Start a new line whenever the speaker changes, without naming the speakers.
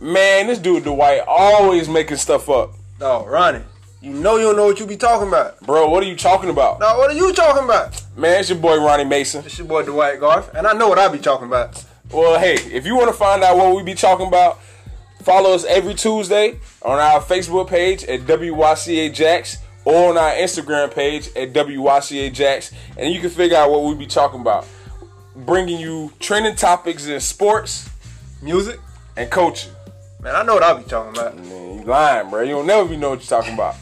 Man, this dude Dwight always making stuff up.
No, Ronnie. You know you don't know what you be talking about.
Bro, what are you talking about?
Now, what are you talking about?
Man, it's your boy Ronnie Mason.
It's your boy Dwight Garth, and I know what I be talking about.
Well, hey, if you want to find out what we be talking about, follow us every Tuesday on our Facebook page at WYCA Jax or on our Instagram page at WYCA Jax, and you can figure out what we be talking about. Bringing you trending topics in sports
Music?
and coaching.
Man, I know what I be talking about.
Man, you lying, bro. You don't never be know what you're talking about.